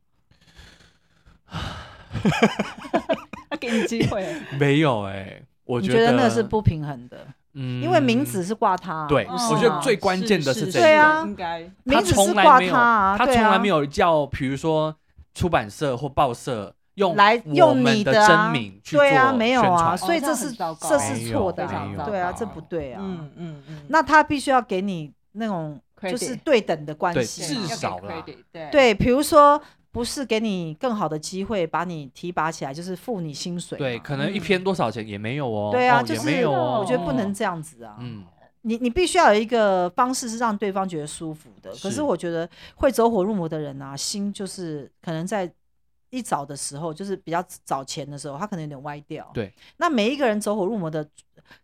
S3: 他给你机 会，
S2: 没有哎、我
S1: 你
S2: 觉
S1: 觉
S2: 得
S1: 那是，不平衡的，
S2: 嗯
S1: 因为名字是挂他啊、
S2: 对
S1: 不是
S2: 我觉得
S1: 吗
S2: 最关键的是
S3: 是
S2: 这
S1: 一对啊个
S3: 应该
S1: 名
S2: 他
S1: 字是
S2: 从
S1: 挂
S2: 来没有，
S1: 他啊，
S2: 他
S1: 对
S2: 从来没
S1: 啊。
S2: 有叫，比如说出版社或报社用
S1: 来
S2: 我
S1: 用你
S2: 们的
S1: 的啊
S2: 真名去做
S1: 对啊，没有啊，
S2: 宣传
S1: 所以
S3: 哦
S1: 这
S3: 这样
S1: 是
S3: 很糟糕
S1: 这
S2: 没
S1: 是
S2: 有
S1: 错的
S2: 非
S1: 啊
S2: 常，糟
S1: 对啊，
S2: 糕
S1: 这不对啊。
S3: 嗯嗯嗯，
S1: 那他必须要给你那种
S3: Credit
S1: 就是对等的关
S2: 对
S1: 系
S3: 对啊
S1: 嘛，
S2: 至
S3: 要给
S2: 少啦
S3: credit，对
S1: 对，比如说不是给你更好的机会把你提拔起来，就是付你薪水嘛。
S2: 对，可能一
S3: 嗯
S2: 篇多少钱也没有哦。
S1: 对啊，
S2: 哦
S1: 就
S2: 也
S1: 是
S2: 没有哦。
S1: 我觉得不能
S2: 哦
S1: 这样子啊。
S2: 嗯，
S1: 你你必须要有一个方式是让对方觉得舒服的。可
S2: 是
S1: 是我觉得会走火入魔的人啊，心就是可能在一早的时候，就是比较早前的时候，他可能有点歪掉。
S2: 对，
S1: 那每一个人走火入魔的，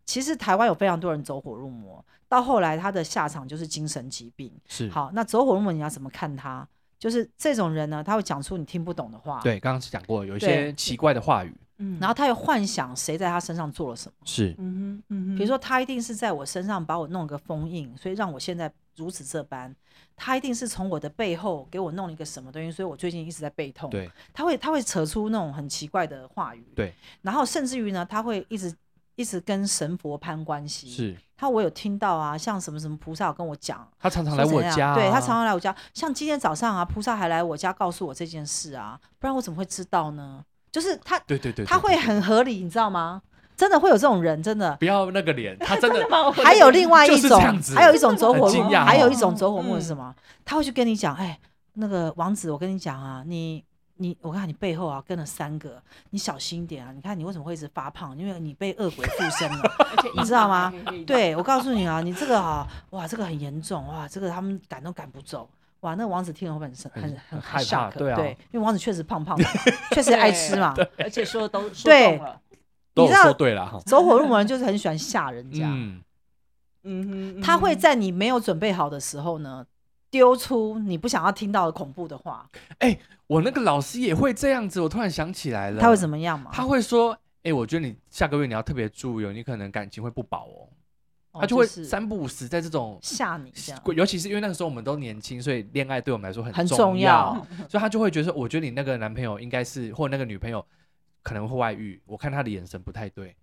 S1: 其实台湾有非常多人走火入魔，到后来他的下场就是精神疾病。
S2: 是，
S1: 好，那走火入魔你要怎么看他？就是这种人呢，他会讲出你听不懂的话，，
S2: 对，刚刚是讲过有一
S1: 对
S2: 些奇怪的话语，
S3: 嗯
S1: 然后他又幻想谁在他身上做了什么。
S2: 是
S3: 嗯哼嗯哼，
S1: 比如说他一定是在我身上把我弄个封印，所以让我现在如此这般。他一定是从我的背后给我弄了一个什么东西，所以我最近一直在背痛。
S2: 对，
S1: 他会他会扯出那种很奇怪的话语。
S2: 对，
S1: 然后甚至于呢，他会一直一直跟神佛攀关系。，
S2: 是，
S1: 他我有听到啊，像什么什么菩萨有跟我讲。
S2: 他常常
S1: 说
S2: 来我
S1: 怎样
S2: 家啊，
S1: 对他常常来我家，像今天早上啊，菩萨还来我家告诉我这件事啊，不然我怎么会知道呢？就是他
S2: 对对对，
S1: 他
S2: 对
S1: 会
S2: 对
S1: 很合理，你知道吗？真的会有这种人，真的。
S2: 不要那个脸，他真的
S3: 吗？
S1: 还有 另外
S2: 就
S1: 一
S2: 是
S1: 种
S2: 这样，子
S1: 还有一种走火
S2: 很
S1: 入
S2: 惊讶
S1: 魔，
S2: 哦
S1: 还有一种走火入魔是
S3: 嗯
S1: 什么？他会去跟你讲，哎，那个王子，我跟你讲啊，你你，我看你背后啊跟了三个，你小心一点啊！你看你为什么会一直发胖？因为你被恶鬼附身了。 你知道吗？对，我告诉你啊，你这个啊，哇，这个很严重哇，这个他们赶都赶不走。哇，那个王子听了会很生很
S2: 很
S1: 很
S2: 害怕
S1: shock，
S2: 对啊
S1: 因为王子确实胖 胖的嘛，确实爱吃嘛。
S3: 而且说的都说
S1: 对
S3: 中了，
S2: 都
S1: 你
S2: 有
S1: 知道
S2: 说对了哈，
S1: 走火入魔人就是很喜欢吓人家。
S2: 嗯，
S3: 嗯哼，
S1: 他会
S3: 嗯哼
S1: 在你没有准备好的时候呢，丢出你不想要听到的恐怖的话，
S2: 我那个老师也会这样子，我突然想起来了，
S1: 他会怎
S2: 么？
S1: 么样嘛？
S2: 他会说，哎、我觉得你下个月你要特别注意哦，你可能感情会不保哦，
S1: 哦
S2: 他就会
S1: 是
S2: 三不五时在这种。
S1: 吓你这样，
S2: 尤其是因为那个时候我们都年轻，所以恋爱对我们来说
S1: 很
S2: 重
S1: 重
S2: 要，
S1: 要。
S2: 所以他就会觉得说，我觉得你那个男朋友应该是或那个女朋友可能会外遇，我看他的眼神不太对，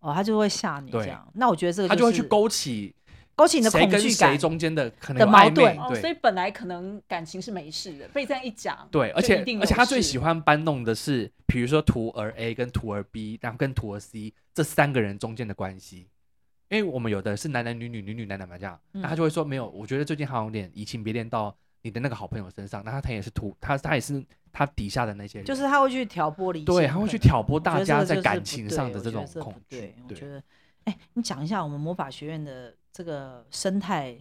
S1: 哦，他就会吓你这
S2: 对
S1: 样。那我觉得这个
S2: 他就会
S1: 是
S2: 去勾起
S1: 勾起你的
S2: 谁
S1: 恐
S2: 跟
S1: 惧
S2: 谁
S1: 感。
S2: 中间的可能有
S1: 的矛
S2: 暧昧
S1: 盾
S3: 哦，所以
S2: 对
S3: 本来可能感情是没事的，被这样一讲，
S2: 对，而
S3: 就
S2: 且
S3: 一定有
S2: 而且他最
S3: 事
S2: 喜欢搬弄的是，比如说徒儿 A 跟徒儿 B，然后跟徒儿 C 这三个人中间的关系。因为我们有的是男男女女女女男男嘛，这样，
S1: 嗯
S2: 那他就会说没有，我觉得最近好像有点移情别恋到你的那个好朋友身上，那他他也是徒他他也是他底下的那些人，
S1: 就是他会去挑拨离间，
S2: 对，他会去挑拨大家在感情上
S1: 的
S2: 的这种恐惧
S1: 对，。我觉得，哎，你讲一下我们魔法学院的这个生态，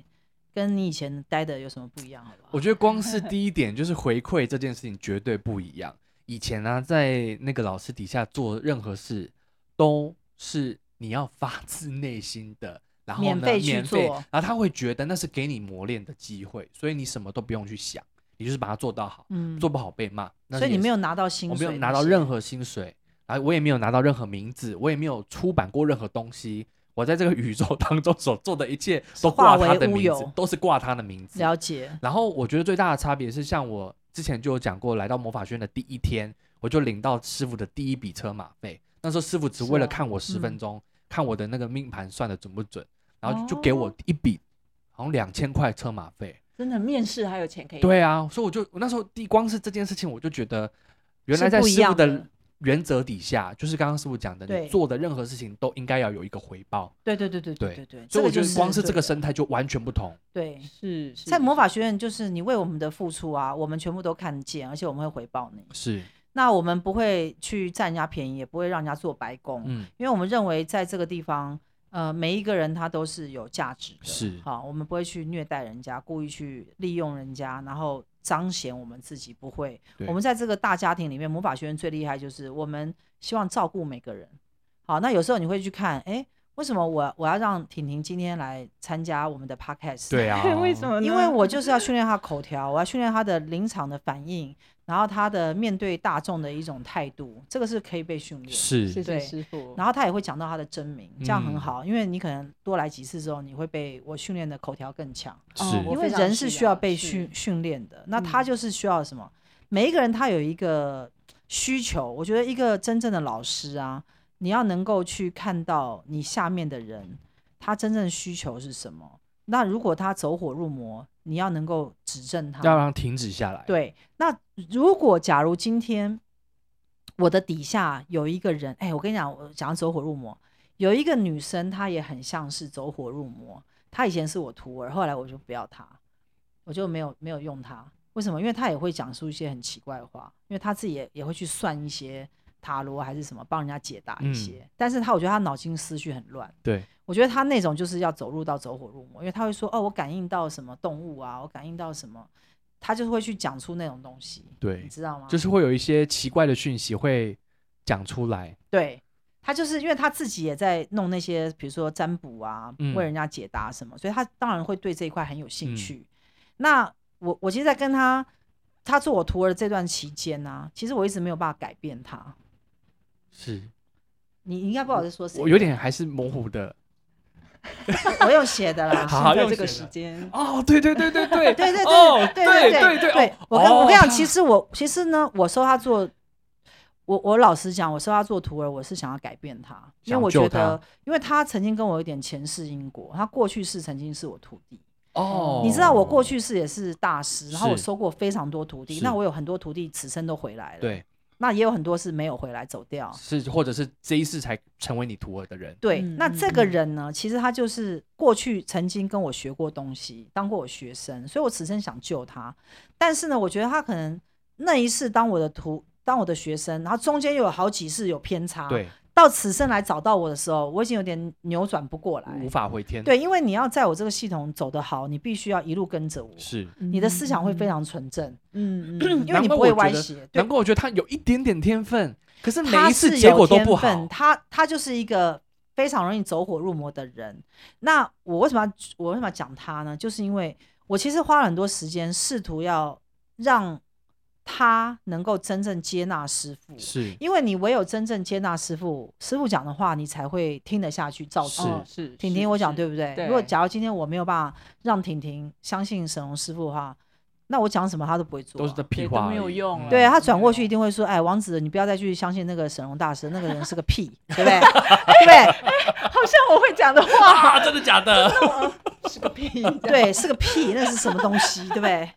S1: 跟你以前待的有什么不一样，好不好？
S2: 我觉得光是第一点就是回馈这件事情绝对不一 样。以前呢、在那个老师底下做任何事，都是你要发自内心 的，然后呢
S1: 免费去
S2: 免费
S1: 做
S2: 然后他会觉得那是给你磨练的机会，所以你什么都不用去想，你就是把它做到好，
S1: 嗯，
S2: 做不好被骂。那
S1: 所以
S2: 也
S1: 你没
S2: 是
S1: 有拿到薪
S2: 我
S1: 水，
S2: 没有拿到任何薪水，然后我也没有拿到任何名字，我也没有出版过任何东西。我在这个宇宙当中所做的一切都挂
S1: 化
S2: 他
S1: 为
S2: 的
S1: 乌
S2: 名字
S1: 有，
S2: 都是挂他的名字。
S1: 了解，
S2: 然后我觉得最大的差别是，像我之前就有讲过，来到魔法学院的第一天，我就领到师傅的第一笔车马费。那时候师傅只为了
S3: 是哦
S1: 啊
S2: 看我十
S1: 嗯
S2: 分钟，看我的那个命盘算的准不准，然后就
S3: 哦
S2: 给我一笔好像两千块车马费。
S3: 真的面试还有钱
S1: 哎
S3: 可以，，
S2: 对啊，所以我就我那时候第光是这件事情，我就觉得原来
S1: 是
S2: 在
S1: 不一
S2: 师傅
S1: 样
S2: 的原则底下，就是刚刚师傅讲的，你
S1: 对
S2: 做的任何事情都应该要有一个回报。
S1: 对对对对
S2: 对
S1: 对对，
S2: 所
S1: 这
S2: 以
S1: 个
S2: 我觉
S1: 就
S2: 得光是这
S1: 对
S2: 个
S1: 嗯
S2: 生态就完全不同。
S1: 对，
S3: 是是，
S1: 在魔法学院，就是你为我们的付出啊，我们全部都看见，而且我们会回报你。
S2: 是，
S1: 那我们不会去占人家便宜，也不会让人家做白工，
S2: 嗯，
S1: 因为我们认为在这个地方，呃，每一个人他都是有价值的。
S2: 是
S1: 好，我们不会去虐待人家，故意去利用人家，然后彰显我们自己不会。
S2: 对
S1: 我们在这个大家庭里面，魔法学院最厉害就是我们希望照顾每个人。好，那有时候你会去看，哎，为什么我我要让婷婷今天来参加我们的 podcast？
S2: 对啊
S3: 为什？么 呢？
S1: 因为我就是要训练他口条，我要训练他的临场的反应，然后他的面对大众的一种态度，这个是可以被训练。
S2: 是
S3: 谢谢
S1: 对
S3: 师傅，
S1: 然后他也会讲到他的真名，这样很
S2: 嗯
S1: 好，因为你可能多来几次之后，你会被我训练的口条更强，
S3: 哦
S2: 是
S3: 我
S1: 因
S3: 非
S1: 为
S3: 常
S1: 人是
S3: 需
S1: 需要
S3: 要
S1: 被
S3: 是
S1: 训训练的。那他
S3: 嗯
S1: 就是需要什么？每一个人他有一个需求，我觉得一个真正的老师啊，你要能够去看到你下面的人他真正的需求是什么。那如果他走火入魔，你要能够指正他，
S2: 要让它停止下来。，
S1: 对，那如果假如今天我的底下有一个人，哎，我跟你讲，我讲到走火入魔，有一个女生，她也很像是走火入魔。她以前是我徒儿，后来我就不要她，我就没有没有用她。为什么？因为他也会讲出一些很奇怪的话，因为他自己也也会去算一些塔罗还是什么，帮人家解答一
S2: 嗯
S1: 些。但是他我觉得他脑筋思绪很乱，
S2: 对，
S1: 我觉得他那种就是要走入到走火入魔，因为他会说哦，我感应到什么动物啊，我感应到什么，他就是会去讲出那种东西，
S2: 对
S1: 你知道吗？
S2: 就是会有一些奇怪的讯息会讲出来，
S1: 对他就是因为他自己也在弄那些，比如说占卜啊，
S2: 嗯
S1: 为人家解答什么，所以他当然会对这一块很有兴趣。那我我其实，在跟他他做我徒儿的这段期间呢、其实我一直没有办法改变他。
S2: 是
S1: 你你应该不好在说谁，
S2: 我有点还是模糊的。
S1: 我用写的啦，
S2: 好好
S3: 在
S2: 用
S3: 这个
S2: 写
S3: 时
S2: 的
S3: 间，
S2: 哦，对对对对对
S1: 对对对
S2: 哦
S1: 对
S2: 对
S1: 对
S2: 对
S1: 对
S2: 哦，
S1: 我跟我跟你讲，其
S2: 实
S1: 实我其实呢，我收他做，我我老实讲，我收他做徒儿，我是想要改变他，因为
S2: 想
S1: 我
S2: 救
S1: 觉
S2: 他
S1: 得，因为他曾经跟我有点前世因果，他过去世曾经是我徒弟，
S2: 哦，
S1: 你知道我过去世也是大师，然后我
S2: 是
S1: 收过非常多徒弟，
S2: 是
S1: 那我有很多徒弟此生都回来了，，
S2: 对
S1: 那也有很多是没有回来走掉，
S2: 是或者是这一世才成为你徒儿的人，
S1: 对，
S3: 嗯
S1: 那
S3: 嗯
S1: 这个
S3: 嗯
S1: 人呢，其实他就是过去曾经跟我学过东西，当过我学生，所以我此生想救他。但是呢，我觉得他可能那一世当我的徒，当我的学生，然后中间又有好几世有偏差，，
S2: 对，
S1: 到此生来找到我的时候，我已经有点扭转不过来
S2: 无。法回天，，
S1: 对，因为你要在我这个系统走得好，你必须要一路跟着我，
S2: 是。
S1: 你的思想会非
S3: 常
S1: 常纯正，
S3: 嗯
S1: 因为你不会歪斜。对
S2: 难，怪我觉得他有一点点天分，可是每
S1: 他
S2: 一次
S1: 是
S2: 结
S1: 有
S2: 果都
S1: 天
S2: 不好
S1: 分。他他就是一个非常容易走火入魔的人。那我为什么要我为什么要讲他呢？就是因为我其实花了很多时间，试图要让他能够真正接纳师傅。
S2: 是
S1: 因为你唯有真正接纳师傅，师傅讲的话，你才会听得下去，照做。
S3: 哦是
S1: 婷
S3: 是
S1: 婷，我讲
S3: 是
S1: 对不对？
S3: 对
S1: 如果假如今天我没有办法让婷婷相信沈龙师傅的话，那我讲什么她都不会做啊、
S2: 都是在屁
S3: 对都
S2: 话而已，
S3: 没有用
S2: 嗯
S3: 了
S1: 对
S3: 啊
S1: 他转过
S3: 没
S1: 去
S3: 有
S1: 一定会说：“哎，王子，你不要再去相信那个沈荣大师，那个人是个 屁，对不对？对不对？
S3: 好像我会讲的话
S2: 啊， 真的假的？
S3: 是个屁，
S1: 对，是个屁，那是什么东西？对不对？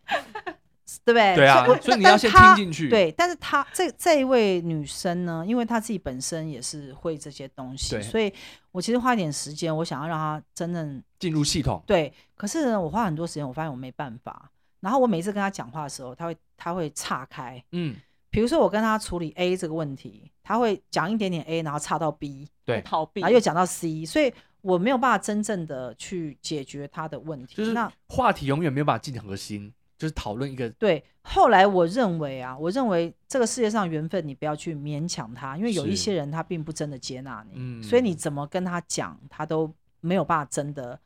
S1: 对不对？
S2: 对啊
S1: 所以，
S2: 所以你
S1: 但
S2: 要
S1: 是
S2: 先
S1: 他
S2: 听进去，
S1: 对，但是她这这一位女生呢，因为她自己本身也是会这些东西，
S2: 对
S1: 所以我其实花一点时间，我想要让她真正
S2: 进入系统，
S1: 对。可是呢，我花很多时间，我发现我没办法。然后我每次跟她讲话的时候，她会她会岔开，
S2: 嗯，
S1: 比如说我跟她处理 A 这个问题，她会讲一点点 A，然后岔到 B。
S2: 对，
S3: 逃避，
S1: 然后又讲到 C，所以我没有办法真正的去解决他的问题。
S2: 就是
S1: 那
S2: 话题永远没有办法进核心，就是讨论一个
S1: 对，后来我认为啊，我认为这个世界上缘分你不要去勉强他，因为有一
S2: 是
S1: 些人他并不真的接纳你，
S2: 嗯
S1: 所以你怎么跟他讲，他都没有办法真的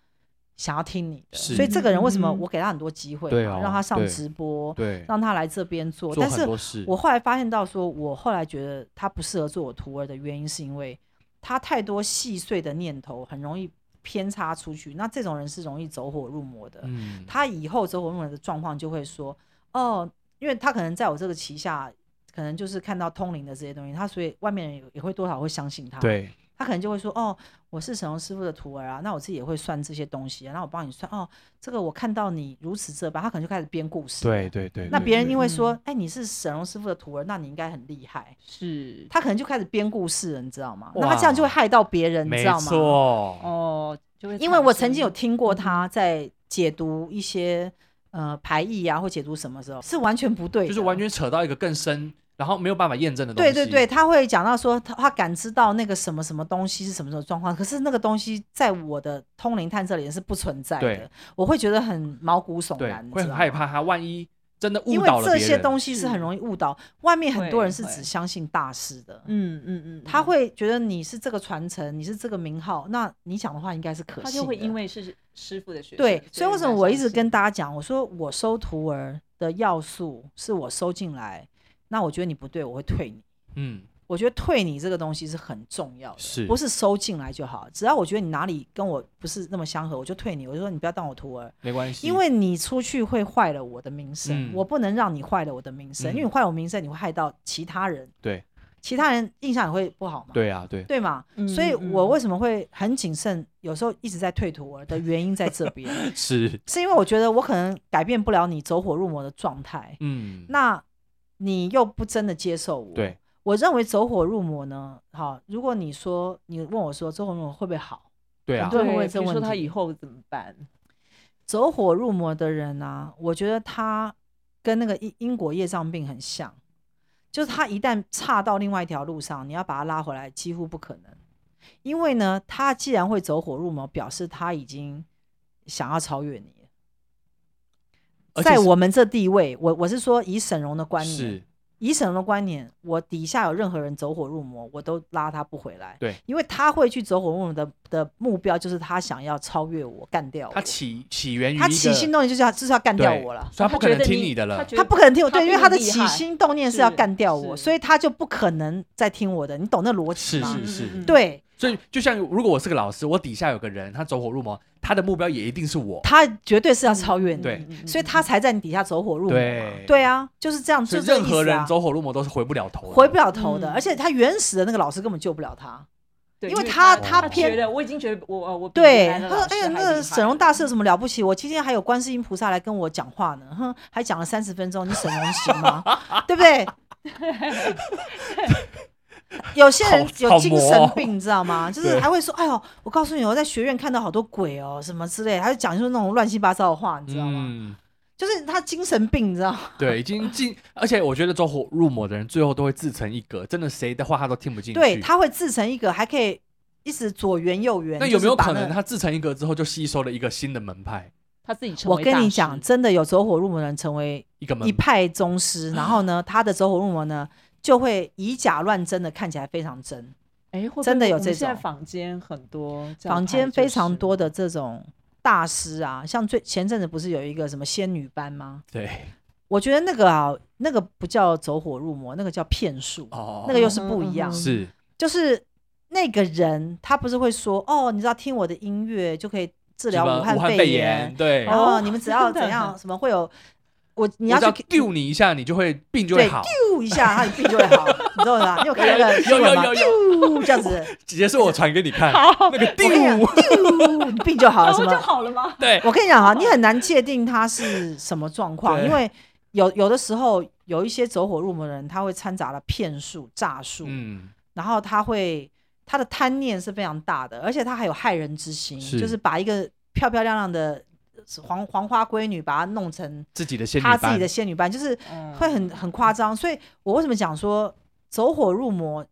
S1: 想要听你的。
S2: 是
S1: 所以这个人为什么
S3: 嗯
S1: 我给他很多机会
S2: 对
S1: 嘛，
S2: 哦
S1: 让他上
S2: 对
S1: 直播，
S2: 对
S1: 让他来这边做，
S2: 做
S1: 但
S2: 很
S1: 是
S2: 多事，
S1: 我后来发现到说，我后来觉得他不适合做我徒儿的原因，是因为他太多细碎的念头，很容易偏差出去。那这种人是容易走火入魔的。
S2: 嗯，
S1: 他以后走火入魔的状况就会说，哦，因为他可能在我这个旗下，可能就是看到通灵的这些东西，他所以外面人也也会多少会相信他。，
S2: 对
S1: 他可能就会说，哦，我是沈龙师傅的徒儿啊，那我自己也会算这些东西、啊，那我帮你算。哦，这个我看到你如此这般，他可能就开始编故事。
S2: 对对对，
S1: 那
S2: 对
S1: 别人因为
S3: 嗯
S1: 说，哎、你是沈龙师傅的徒儿，那你应该很厉害，
S3: 是
S1: 他可能就开始编故事了，你知道吗？那
S2: 哇
S1: 他这样就会害到别人，你
S2: 没
S1: 知道吗？
S2: 错，嗯
S3: 哦，就会
S1: 因为
S3: 产
S1: 我曾经有
S3: 生
S1: 听过他在解读一些呃牌意啊，或解读什么时候是完全不对的，
S2: 就是完全扯到一个更深，然后没有办法验证的东
S1: 对
S2: 西，
S1: 对对，，他会讲到说他他感知到那个什么什么东西是什么什么状况，可是那个东西在我的通灵探测里是不存在的
S2: 对，
S1: 我会觉得很毛骨悚
S2: 对
S1: 然，，你
S2: 会
S1: 知
S2: 很
S1: 道
S2: 害
S1: 吗
S2: 怕他万一真的
S1: 因
S2: 误
S1: 为
S2: 导了
S1: 这
S2: 别
S1: 些
S2: 人，
S1: 东西是很容易误导，外面很多人是
S3: 会
S1: 只
S3: 会
S1: 相信大师的，
S3: 嗯嗯嗯，
S1: 他
S3: 嗯
S1: 会觉得你是这个传承，你是这个名号，那你讲的话应该是可信的。
S3: 他就会因为是师傅的学生，
S1: 对，所以为什么我一直跟
S3: 大
S1: 大家讲，我说我收徒儿的要素是我收进来，那我觉得你不对，我会退你。
S2: 嗯，
S1: 我觉得退你这个东西是很重要的，
S2: 是
S1: 不是收进来就好？只要我觉得你哪里跟我不是那么相合，我就退你。我就说你不要当我徒儿，
S2: 没关系，
S1: 因为你出去会坏了我的名声，
S2: 嗯
S1: 我不能让你坏了我的名声，
S2: 嗯
S1: 因为你坏我名声，你会害到其他人，
S2: 对
S1: 其他人印象也会不好嘛。
S2: 对啊对，
S1: 对嘛？
S3: 嗯
S1: 所以
S3: 嗯
S1: 我为什么会很谨慎，有时候一直在退图儿的原因在这边，
S2: 是，
S1: 是因为我觉得我可能改变不了你走火入魔的状态，
S2: 嗯，
S1: 那你又不真的接受我。
S2: 对，
S1: 我认为走火入魔呢，好，如果你说你问我说走火入魔会不会好？
S2: 对啊
S1: 很，
S3: 对，
S1: 多人会问
S3: 比
S1: 这
S3: 如
S1: 问
S3: 说他
S1: 题
S3: 以后怎么办？
S1: 走火入魔的人啊，我觉得他跟那个因因果业障病很像，就是他一旦岔到另外一条路上，你要把他拉回来几乎不可能。因为呢，他既然会走火入魔，表示他已经想要超越你了。
S2: 而且
S1: 在
S2: 是
S1: 我们这地位，我我是说以沈荣的观念，
S2: 是
S1: 以沈荣的观念，我底下有任何人走火入魔，我都拉他不回来。
S2: 对，
S1: 因为他会去走火入魔的的目标，就是他想要超越我，干掉我。
S2: 它起起源于
S1: 他
S2: 一
S1: 起
S2: 个
S1: 心动念就是要就是要干掉
S2: 对
S1: 我了。
S2: 所以他
S3: 他
S2: 不可
S3: 觉
S2: 能
S3: 得
S2: 听
S3: 你
S2: 你的了
S3: 他。觉
S1: 他
S3: 得
S1: 不可能听我，
S3: 他
S1: 对，因为
S3: 比
S1: 他
S3: 你
S1: 的
S3: 厉
S1: 起
S3: 害
S1: 心动念是要
S3: 是
S1: 干掉我，
S3: 是
S1: 所以他就不可能再听我的。你懂那逻辑
S2: 是
S1: 吗？
S2: 是
S3: 嗯
S2: 是，
S3: 嗯嗯
S1: 对，
S2: 所以就像如果我是个老师，我底下有个人他走火入魔，他的目标也一定是我。
S1: 他绝对是要超越你，
S2: 对
S3: 嗯嗯嗯
S1: 所以他才在你底下走火入魔嘛。
S2: 对
S1: 对啊，就是这样，
S2: 所
S1: 就
S2: 以
S1: 是这个
S2: 任
S1: 意
S2: 何
S1: 思
S2: 人
S1: 啊，
S2: 走火入魔都是回不了头的，
S1: 回不了头的。
S3: 嗯
S1: 而且他原始的那个老师根本救不了他。
S3: 对
S1: 因
S3: 因
S1: 为他
S3: 他
S2: 他
S1: 偏
S3: 觉得我已经觉得我呃我比
S1: 对，
S3: 原来
S1: 他
S3: 的
S1: 说
S3: 老：“
S1: 哎
S3: 师
S1: 呀，
S3: 还
S1: 那个
S3: 厉害
S1: 沈荣大师有什么了不起？我今 天还有观世音菩萨来跟我讲话呢，哼，还讲了三十分钟，你沈荣行吗？ 对不对？”有些人
S2: 好
S1: 有
S2: 好
S1: 精
S2: 魔
S1: 神
S2: 哦
S1: 病，你知道吗？就是
S2: 对
S1: 还会说：“哎呦，我告诉你，我在学院看到好多鬼哦，什么之类的。”他就讲出那种乱七八糟的话，你知道吗？
S2: 嗯，
S1: 就是他精神病，你知道吗？
S2: 对，已经进，而且我觉得走火入魔的人最后都会自成一格，真的谁的话他都听不进去。
S1: 对，他会制成一个，还可以一直左圆右圆。
S2: 那
S1: 就
S2: 有没
S1: 是
S2: 有
S1: 把
S2: 可
S1: 那
S2: 能他自成一格之后就吸收了一个新的门派，
S3: 他自己成
S1: 我
S3: 为
S1: 跟
S3: 大
S1: 你
S3: 师
S1: 讲，真的有走火入魔的人成为
S2: 一个门
S1: 一派宗师，然后呢，他的走火入魔呢，就会以假乱真的看起来非常真。
S3: 哎，会不会
S1: 真的有
S3: 我们
S1: 这
S3: 现在
S1: 种
S3: 坊间很多这样
S1: 坊
S3: 拍
S1: 间
S3: 就
S1: 非常
S3: 是
S1: 多的这种大师啊，像最前阵子不是有一个什么仙女班吗？
S2: 对
S1: 我觉得那个啊，那个不叫走火入魔，那个叫骗术，
S2: 哦，
S1: 那个又是
S3: 嗯
S1: 不一
S3: 嗯
S1: 样。
S3: 嗯
S2: 是
S1: 就是那个人他不是会说哦，你知道听我的音乐就可以治疗
S2: 什么
S1: 武汉
S2: 肺
S1: 肺
S2: 炎，对，
S1: 然后
S3: 哦
S1: 你们只要
S3: 真的
S1: 怎样，什么会有我你要
S2: 我只
S1: 去
S2: 丢你一下，你就会病就
S1: 对
S2: 会好。
S1: 丢一下，他你病就会好，你知道 吗？你有看那个
S2: 有
S1: 新
S2: 有
S1: 闻吗
S2: 有？有，
S1: 丢这样 子，
S2: 直接是我传给你看，
S3: 好，
S2: 那个
S1: 我跟你讲
S2: 丢，
S1: 丢你病就好了，
S3: 然
S1: 什
S3: 后就
S1: 么？
S3: 好了吗？
S2: 对，
S1: 我跟你讲啊，你很难界定他是什么状况，
S2: 对
S1: 因为有有的时候有一些走火入魔的人，他会掺杂了骗术、诈术，
S2: 嗯，
S1: 然后他会他的贪念是非常大的，而且他还有害人之心，
S2: 是
S1: 就是把一个漂漂亮亮的黄黄花闺女，把她弄成
S2: 自己的仙女
S1: 她自己
S2: 班
S1: 的仙女班，就是
S3: 嗯
S1: 会很很夸张。所以我为什么讲说走火入魔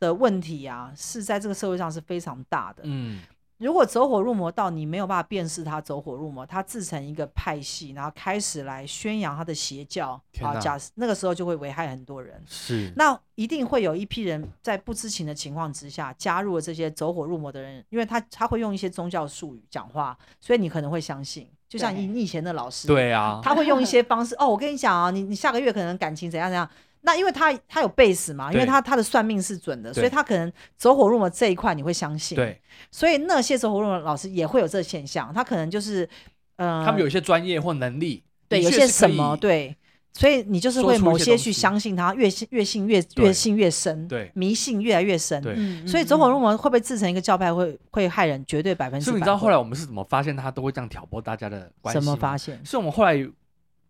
S1: 的问题啊，是在这个社会上是非常大的。
S2: 嗯，
S1: 如果走火入魔到你没有办法辨识他走火入魔，他自成一个派系，然后开始来宣扬他的邪教
S2: 天
S1: 啊，
S2: 哪
S1: 假那个时候就会危害很多人。
S2: 是，
S1: 那一定会有一批人在不知情的情况之下加入了这些走火入魔的人，因为他他会用一些宗教术语讲话，所以你可能会相信。就像
S3: 对
S1: 你你以前的老师，，
S2: 对啊，
S1: 他会用一些方式。哦，我跟你讲啊，你你下个月可能感情怎样怎样。那因为他他有 base 嘛，因为
S2: 对
S1: 他他的算命是准的，
S2: 对
S1: 所以他可能走火入魔这一块你会相信。，
S2: 对
S1: 所以那些走火入魔的老师也会有这个现象，他可能就是，呃，
S2: 他们有一些专业或能力，
S1: 对，
S2: 的
S1: 有
S2: 确
S1: 些
S2: 是可
S1: 什么
S2: 以
S1: 对，所以你就是
S2: 说
S1: 会
S2: 出
S1: 某
S2: 一些
S1: 些
S2: 东
S1: 去
S2: 西
S1: 相信他，越信越信越越
S2: 对
S1: 信越深，
S2: 对
S1: 迷信越来越深。
S2: 对
S3: 嗯
S1: 所以走火入魔会不会制成一个教派会，会害人，绝对百分之
S2: 是
S1: 百会。
S2: 不是你知道后来我们是怎么发现他都会这样挑拨大家的关系？
S1: 什么发？现？
S2: 是我们后来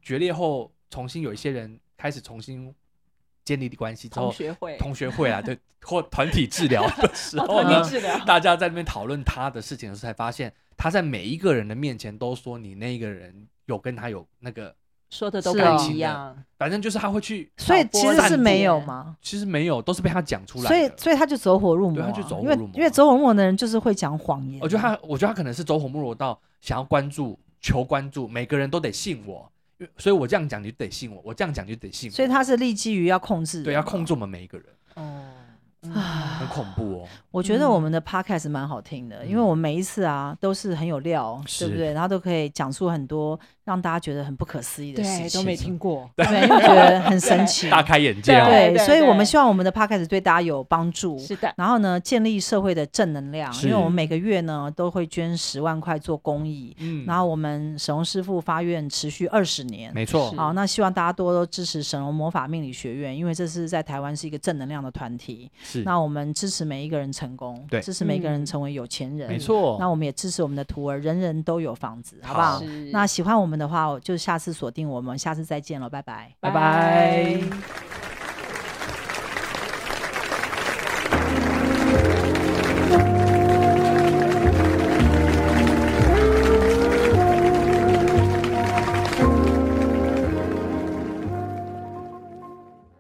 S2: 决裂后，重新有一些人开始重新建立的关系之
S3: 同
S2: 后，
S3: 学会，
S2: 同学会啊，对，或团体治疗 的时
S3: 哦
S2: 候
S3: 团
S2: 呢
S3: 体，治疗，
S2: 大家在那边讨论他的事情的时候，才发现他在每一个人的面前都说你那个人有跟他有那个，
S3: 说的都
S1: 是
S3: 不
S1: 哦
S3: 一样，
S2: 反正就是他会去，
S1: 所以
S3: 挑拨
S1: 其实是
S2: 散
S1: 没
S3: 播
S1: 有嘛，
S2: 其实没有，都是被他讲出来
S1: 所以
S2: 的。
S1: 所以他就走火入魔
S2: 对
S1: 啊、
S2: 他就走火
S1: 因为
S2: 入魔
S1: 因为
S2: 啊
S1: 走火入魔的人就是会讲谎言啊。
S2: 我觉得他，我觉得他可能是走火入魔到想要关注、求关注，每个人都得信我，因为所以我这样讲你就得信我，我这样讲你就得信我。
S1: 所以他是立基于要控制，啊
S2: 对要控。制我们每一个人，
S3: 哦，
S2: 很恐怖哦。
S1: 我觉得我
S3: 嗯
S1: 们的 podcast 蛮好听的，因为
S2: 嗯
S1: 我们每一次啊都是很有料，对不
S2: 是
S1: 对？然后都可以讲出很多让大家觉得很不可思议的事
S3: 对，
S1: 情
S3: 都，没听过，
S1: 对，因为觉得很神
S3: 对
S1: 奇。
S2: 大开眼界哦，
S3: 对
S1: 对，所以我们
S3: 对
S1: 希望我们的 podcast 对大家有帮助。
S3: 是的，
S1: 然后呢，建立社会的正能量，因为
S2: 是
S1: 我们每个月呢都会捐十万块做公益，
S2: 嗯，
S1: 然后我们沈荣师傅发愿持续二十年。
S2: 没错
S3: 是，
S1: 好，那希望大家多多支持沈荣魔法命理学院，因为这是在台湾是一个正能量的团体。
S2: 是
S1: 那我们支持每一个人成功，
S2: 对
S1: 支持每一个人
S3: 嗯
S1: 成为有钱人，
S2: 没。错。
S1: 那我们也支持我们的徒儿，人人都有房子，好不
S2: 好
S1: 好？
S3: 是
S1: 那喜欢我们的话，就下次锁定我们，下次再见了，拜拜。
S2: 拜拜
S3: 拜